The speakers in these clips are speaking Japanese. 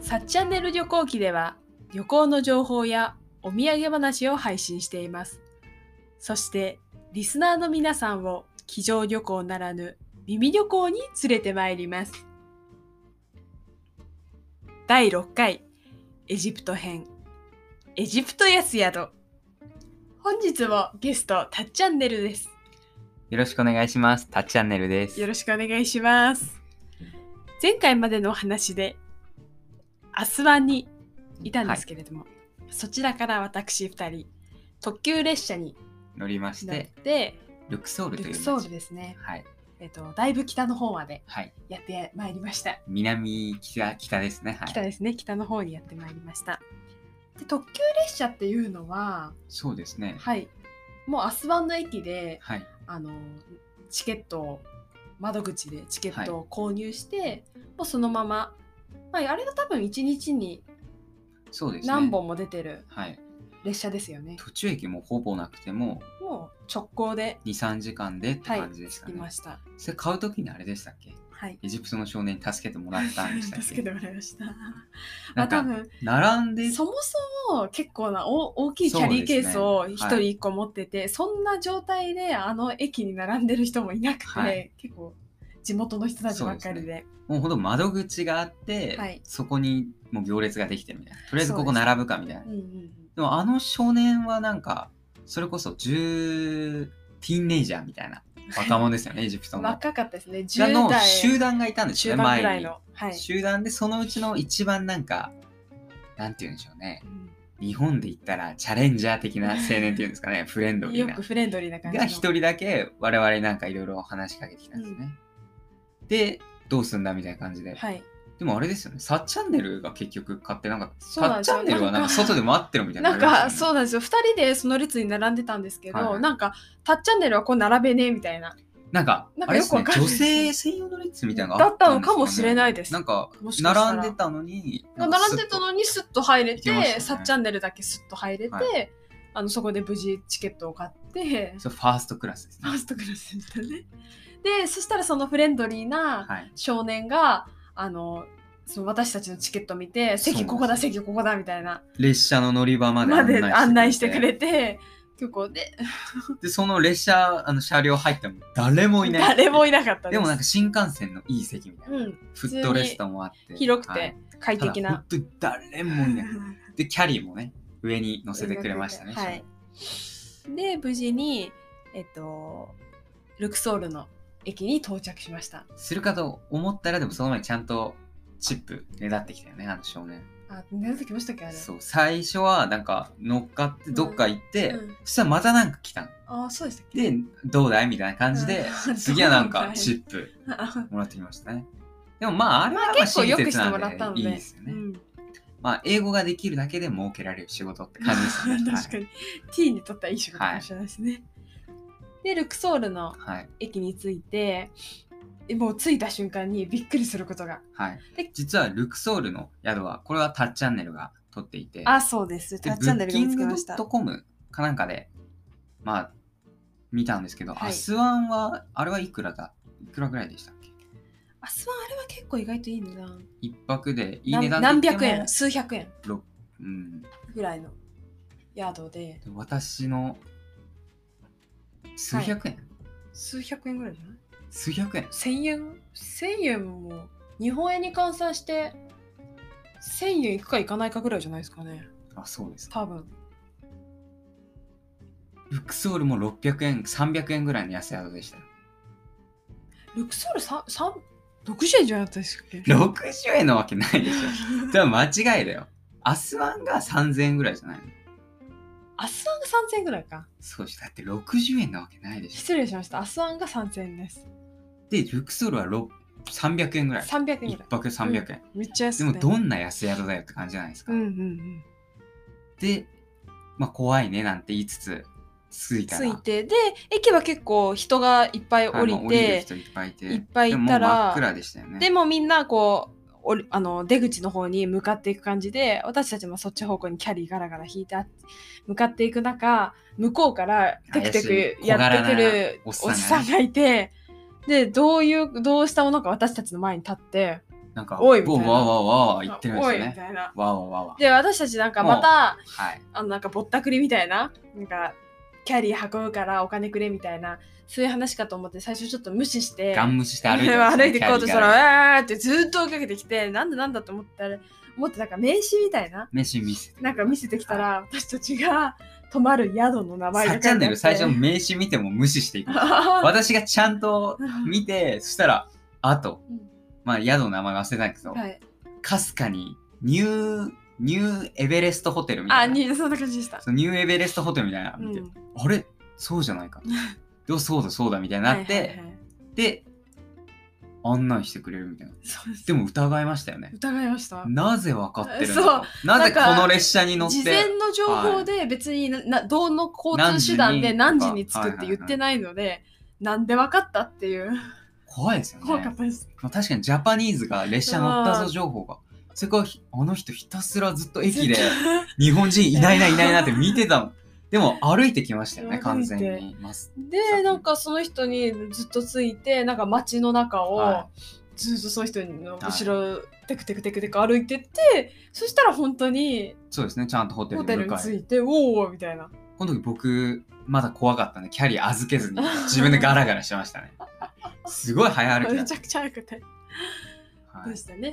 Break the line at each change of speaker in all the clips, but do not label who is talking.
さっチャンネル旅行記では旅行の情報やお土産話を配信しています。そしてリスナーの皆さんを机上旅行ならぬ耳旅行に連れてまいります。第6回エジプト編エジプト安宿本日もゲストたっチャンネルです。
よろしくお願いします。タッチチャンネルです。
よろしくお願いします。前回までのお話でアスワンにいたんですけれども、そちらから私2人特急列車に
乗りまし、
乗ってて
ルクソールと
ル
いう
ク
街
ソールですね、
はい。
えっとだいぶ北の方まで
はい。
やってまいりました、
南北、北ですね。は
北
い。
ですね北の方にやってまいりましたで特急列車っていうのは
そうですね。
はいもうアスワンの駅で
はい。
あのチケットを窓口でチケットを購入して、もうそのまま、まあ、あれが多分1日に
そうですね。
何本も出てる
はい。
列車ですよね。
途中駅もほぼなくても、
もう直行で、
2、3時間でって
はい、
感じです
着
か
き
ね。
ました。
それ買うときにあれでしたっけ
はい。
エジプトの少年に助けてもらったんでしたっ け
助けてもらいました。まあ
なん
多
か、
分
並んで、
そもそも結構なお大きいキャリーケースを一人一個持っててそ,、んな状態であの駅に並んでる人もいなくて、
はい
結構地元の人たちばっかりで
もうほんと窓口があって、
はい
そこにもう行列ができてるみたいな。とりあえずこ
そ
こ
うです
並ぶかみたいな
う。んうんうん
でもあの少年はなんか、それこそ10ティーンネイジャーみたいな若者です よね、エジプトの。
若かったですね
が
10
の
代
集団がいたんです
中
よね、
盤ぐら
前
い
に。
の、はい
集団でそのうちの一番なんか、なんて言うんでしょうね。日本で言ったらチャレンジャー的な青年っていうんですか ね、フレン
う
ド
ん
リー
よ
な
く。フレンドリーな感じの
が一人だけ我々なんかいろいろ話しかけてきたんですね。で、どうすんだみたいな感じで。
はい
でもあれですよね、サッチャンネルが結局買ってなんか、
そ
サ
うなん
ッ
ですよ
チャンネルはなんか外で待ってるみたいな
なん
のありました
か
よね。
そうなんですよ2人でその列に並んでたんですけど、
はいはい
なんか「タッチャンネルはこう並べねえ」みたいな
なんか、
なんか
あれです
よ
ね、
くわかんな
女
い
性専用の列みたいなの
だったのかもしれないです
なんか
も、しかしたら
並んでたのに、なんか
並んでたのにスッと入れて、
行けましたね
サッチャンネルだけスッと入れて、
は
あのそこで無事チケットを買 って
そう、ファーストクラスです
フ
ね
ァー。ストクラスでしたね。でそしたらそのフレンドリーな
はい。
少年があのその私たちのチケット見て「
そうです
席ここだ席ここだ」みたいな
列車の乗り場まで
まで案内してく
て
れて結構で
で、その列車、あの車両入っても誰もいな い。
誰もいなかったです。
でもなんか新幹線のいい席みたいな。
うん、
フットレストもあって。
広く
は
て
い、
快
ただ
適な。
本当に誰もいない。 で、キャリーもね、上に乗せてくれましたね。
はい。で無事にえっとルクソールの駅に到着しました。
するかと思ったら、でもその前にちゃんとチップねだってきたよね、あの少年。
あ出てきましたっけあれ。
そう最初はなんか乗っかってどっか行って、
うん
そしたらまたなんか来たの
あそうでしたっけ。
でどうだいみたいな感じで、
うん
次はなん
どう
か
だい
チップ
あ
もらってきましたねでもまああれはまあ
結構よくしてもら
親
っ
切
た
な
の
ん
で。
でいいですよ ね、
うん
まあ英語ができるだけで儲けられる仕事って感じですよ ね
確かに。T にとったらいい仕事かもしれないですね。でルクソールの
はい
駅に着いてえもう着いた瞬間にびっくりすることが。
はい、はい
で
実はルクソールの宿はこれはタッチャンネルが取っていて
あそうです。タ
で
ッ
ブ
チャンネ
ッ
ル
キ
見
ン
つけ
グド
ました
ッ。トコムかなんかでまあ見たんですけど、
はい
アスワンはあれはいくらだいくらぐらいでしたっけ
あそうあれは結構意外といい値段。
一泊でいい
何
値段
何
で言って
百
も
円数百円
ろうん、で
ぐらいの宿で
私の数百円、
数百円ぐらいじゃない
数百円
千円千円も日本円に換算して千円いくかいかないかぐらいじゃないですかね
あそうです
多分
ルクソールも600円300円ぐらいの安宿でしたよ
ルクソールさんさん60円じゃなかったですっけ
60円のわけないでしょ でも間違いだよアスワンが3000円ぐらいじゃないの
アスワンが3000円ぐらいか
そうですだって60円なわけないでし
失礼しましたアスワンが3000円です
ょでルクソールはろ300円ぐらい
300円ぐらい
一泊300円、
めっちゃ安
で
い、ね、
もどんな安宿だよって感じじゃないですか、
うんうんうん
でまあ怖いねなんて言いつつ着いた
つ
ら
いてで駅は結構人がいっぱい
は
降
い
り
もう降りる
て、
人いっぱいいて
いっぱいいたら
でももう真っ暗でしたよね
でもみんなこうおりあの出口の方に向かっていく感じで私たちもそっち方向にキャリーガラガラ引いてあっ向かっていく中向こうからテクテ
怪し
ク
い
やってくる
小柄な
お
お
じ
じ
さ
さんがね
んがいてでどういうどうしたものか私たちの前に立って
なんか、
おいみたいな
わわわわわ言ってるんですよ
おいみ
ね。
たいな。
わわわわ。
で、私たちなんかまた、
はい。
あのなんかぼったくりみたいな、なんか、キャリー運ぶからお金くれみたいな、そういう話かと思って、最初ちょっと無視して、
ガン無視して歩いてま す
歩
ね
いていこうとした
キャリーが
ら、えーってずっと追いかけてきて、なんだなんだと思ったら、思ってなんか名刺みたいな、
飯見せて。
なんか見せてきたら、私たちが泊まる宿の名前が書
さ
い
ってち
あ
ゃ
っ
ん
て
ねる最初の名刺見ても無視して いく。私がちゃんと見て、そしたら、あと
うん、
まあ宿の名前忘れたんだけど、
はい、
かすかにニュー、ニューエベレストホテルみた
あ
いな。
にそんな感じでした。
そのニューエベレストホテルみたいなの見て、
うん
あれそうじ ゃないか。でもそうだそうだみたいになって、
はいはいはい
で、案内してくれるみたいな。
そうです
でも疑いましたよね。
疑いました。
なぜ分かってるのかなぜこの列車に乗って
事前の情報で別にな、などの交通手段で何
何
時
時
に着く
に
って言
とか
ってないので、なんで分かったっていう、
怖いですよね。
怖かったです。
まあ、確かにジャパニーズが列車乗ったぞ情報が。それからひあの人ひたすらずっと駅で日本人いないないないなって見てたの。でも歩いてきましたよね、完全
歩
に。ます
で、なんかその人にずっとついて、なんか街の中を、
は
ずっとその人の後ろ、テクテクテクテク歩いてって、そしたら本当に
そうですね、ちゃんとホテル
ホ
に
テルに
迎え
着いて、おおみたいな。
この時僕、まだ怖かったんで、キャリー預けずに自分でガラガラしてまし たね。すごい早歩きだ
め
っ
ち
た。
ゃくちゃ早くて。
はい
でしたね。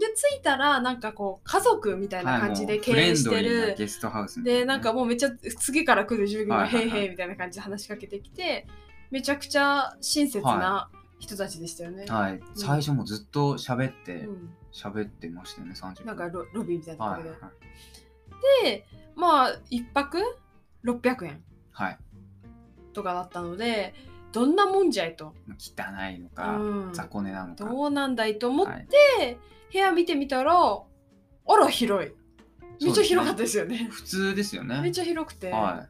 で、着いたら、なんかこう、家族みたいな感じで経営して
はいもうフレンドリーな
る。
ゲストハウスみたい
で、なんかもうめっちゃ、次から来る従業員が、
はいは
へい
いはい
へいみたいな感じで話しかけてきて、めちゃくちゃ親切な人たちでしたよね。
はい、最初もずっと喋って
うん
喋ってましたよね30分
なんかロロビーみたいなとこ
は
ろ
い
で
はい。
で、まあ、一泊600円
はい
とかだったので、どんなもんじゃいと。
汚いの
う
か、
ん、
雑魚寝なのか
どうなんだいと思っ
は
て
い、
部屋見てみたら、あら、広い。めっちゃ広かったですよね。
普通ですよね
めっちゃ広くて。
は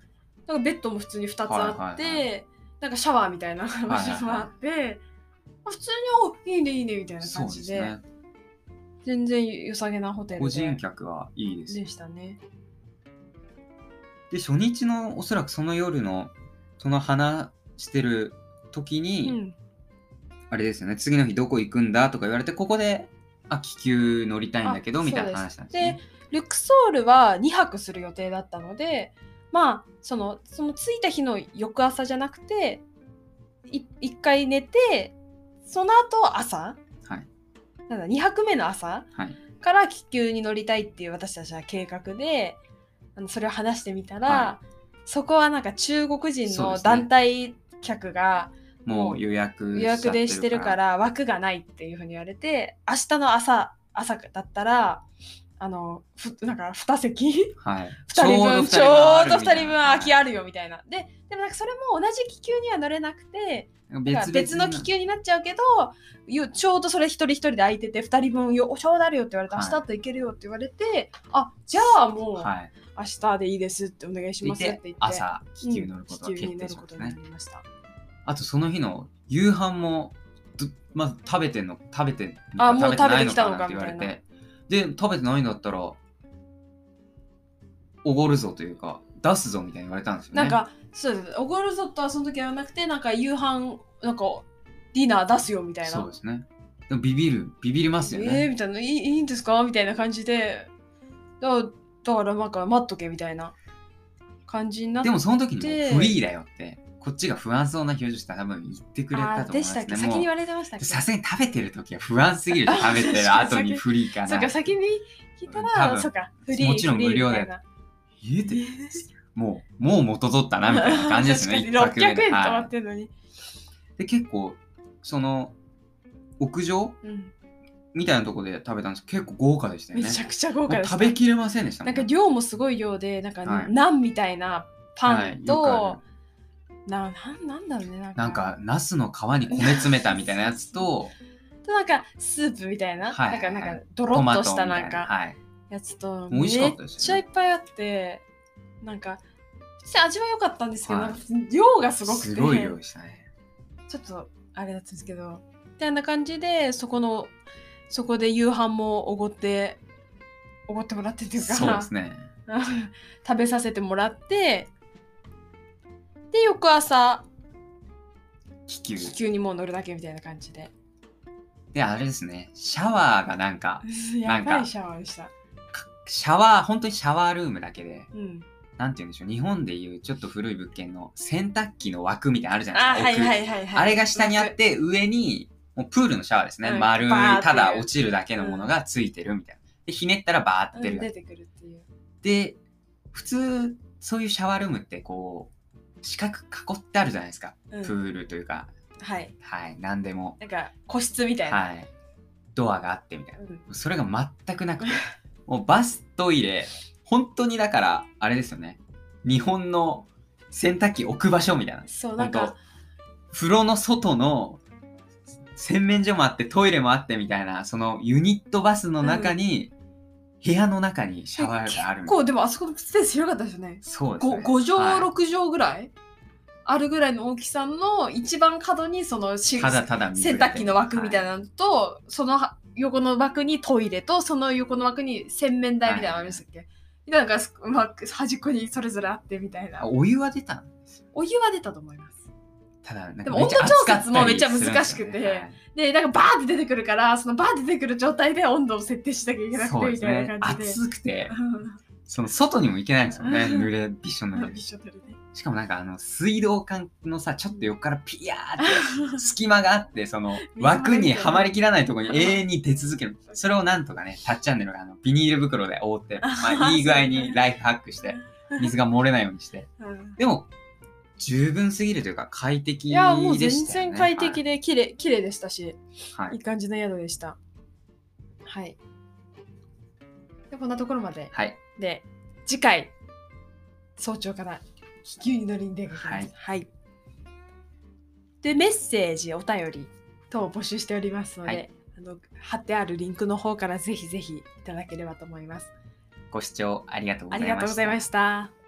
なんかベッドも普通に2つあって、
はいはい
なんかシャワーみたいな場所
はいはい
もあって、あ普通においいねいいねみたい
い
な
そ
感
うで
じ
す
で
ね
全然良さげなホテルで
個人客はいいです
でしたね。
で初日のおそらくその夜のその話してる時
う
に、
ん、
あれですよね次の日どこ行くんだとか言われてここであ気球乗りたいんだけど
あ
みたいな話なん
そう
です
で
ね
ルクソールは2泊する予定だったのでまあそのその着いた日の翌朝じゃなくて1回寝てその後朝、
はい
なんだ2泊目の朝、
はい
から気球に乗りたいっていう私たちは計画であのそれを話してみたら、
は
そこはなんか中国人
そう
の
ですね
団体客が
もう予約
予約でしてるからら枠がないっていうふうに言われて明日の朝朝だったらあのふなんか2席2
はい
人分ちょうど2人分空き
あ
あるよみたいな。ででもなんかそれも同じ気球には乗れなくてなんか
別
別の気球になっちゃうけどゆちょうどそれ一人一人で空いてて2人分よちょうどあるよって言われて明
はい
日だと行けるよって言われて、あじゃあもう
はい
明日でいいですってお願いしますって言って
朝気球に乗ること
う
が
ん気球に
決
なる
定し
こ
まし
と
た
にな
ね
りました
あとその日の夕飯もずまず食べてんの食べてんの
あもう
食べてな
食べ
い
てきたのか
なんて言われ
みたい
てで食べてないんだったらおごるぞというか出すぞみたいに言われたんですよね
なんかそうですおごるぞとはその時はなくてなんか夕飯なんかディナー出すよみたいな
そうですねでもビビるビビりますよ
えー
ね、
みたいないいいいんですかみたいな感じでだからだからなんか待っとけみたいな感じになって
でもその時に
で
もうフリーだよってこっちが不安そうな表情したら多分言ってくれた
あ
と思い
で
ま
し
す
たっ
ね
け
もう
先に言われてましたっけ
さすがに食べてる時は不安すぎるで食 べてる後にフリーかな
そうか先に聞いた
多
ら
分
そうかフリー
もちろん無料だ
フリーみた
よ
いな
家でもう、もう元取ったな、みたいな感じですね。
確かに
一泊
600
目
円
で
とま
は
ってるのに、
い、で、結構、その、屋上
うん
みたいなとこで食べたんですけど、結構豪華でしたよ
め
ね。
ちゃくちゃ豪華
も
で
う
す
食べきれませんでしたも
なん
ん、
か
ね。
量もすごい量でなんか、
はい
ナンみたいなパンと、
はいよくあ
ななんなんだろうねなんか
るなんか、ナスの皮に米詰めたみたいなやつと、
となんかスープみたいな、
はいはいはい
なんかなんか ドロ
ト
ッ
マ
と
ト
した
みたい
なんか
はい。
やつと
美味しかったですよ
め
ね
っちゃいっぱいあってなんか普通に味は良かったんですけど、
はい
なんか量がすごくて
すごい量でしたね。
ちょっとあれだったんですけどみたいな感じでそこのそこで夕飯もおごっておごってもらってっていうか
そうですね。
食べさせてもらってで翌朝
気球。
気球にもう乗るだけみたいな感じで
で、あれですね、シャワーがなんか、
や
な
ば
んか
いシャワーでした。
シャワー、本当にシャワールームだけで、
うん。
なんて言うんでしょう、日本でいうちょっと古い物件の洗濯機の枠みたいなのあるじゃない
あ、
ですか。
はい
奥
はいはいはい。
あれが下にあって、上に、もうプールのシャワーですね。
うん
丸い
バーって
ただ落ちるだけのものがついてるみたいな。で、ひねったらバ
う
ーっ
ん、
て出る。
出てくるっていう。
で、普通、そういうシャワールームってこう、四角囲ってあるじゃないですか。
う
プ
ん、
ールというか、
はい。
はい、なんでも。
なんか個室みたいな。
はい。ドアがあってみたいな。
うん
それが全くなくて、もうバス、トイレ、本当にだから、あれですよね。日本の洗濯機置く場所みたいな。
そう、な
本
ん
当
か、
風呂の外の洗面所もあってトイレもあってみたいなそのユニットバスの中に、部屋の中にシャワーがある
結
みたいな
構でもあそこのスペース広かったですよね。
そうです、
5,
ね、
畳、
は
六6畳ぐらいあるぐらいの大きさの一番角にその
い
し
ただただ水
洗
入れて
濯機の枠みたい
は
なのと、その横の枠にトイレとその横の枠に洗面台みたいなのありましたっけ、なんかすまあ端っこにそれぞれあってみたい
い
な
あお湯は出たんですよ
お湯は出たと思います
ただなん
で
か
も
めっちゃ
温度調
暑かったり
節もめっちゃ
するんで
難し
すよ
く
ね
てでなんかバーって出てくるからそのバーって出てくる状態で温度を設定しなきゃいけ
は
ないくてみ
そうです
たい
ね
な感じで
暑くて
うん
その外にも行けないんですよね
うん
濡れびっしょ濡れ
一緒だよね
しかもなんかあの水道管のさちょっと横からピヤーって隙間があってその枠にはまりきらないところに永遠に出続けるそれをなんとかねタッチャンネルがあのビニール袋で覆 って、まあ、いい具合にライフハックして水が漏れないようにして
うん
でも十分すぎるというか快適
い
でした
や
よ、ね、
もう全然快適
で、
で綺麗綺麗でしたし、
はい
いい感じの宿でした。はい。でこんなところまで。
はい
で次回早朝から気球に乗りに出かけます。は
はいい、
でメッセージお便り等を募集しておりますので、
はい
あの貼ってあるリンクの方からぜひぜひいただければと思います。
ご視聴ありがとうご
あ
ざいま
り
し
が
た
とうございました。